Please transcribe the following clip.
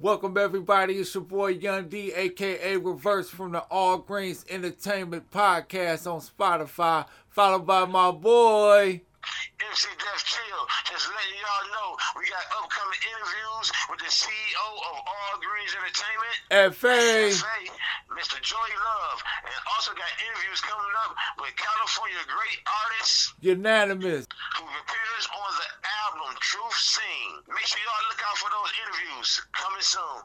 Welcome everybody, it's your boy Young D, aka Reverse from the All Greens Entertainment Podcast on Spotify, followed by my boy. MC Death Kill, just letting y'all know we got upcoming interviews with the CEO of All Greens Entertainment, FA. SA, Mr. Joy Love, and also got interviews coming up with California great artists Unanimous. who appears on the album Truth Sing. Make sure y'all look out for those interviews coming soon.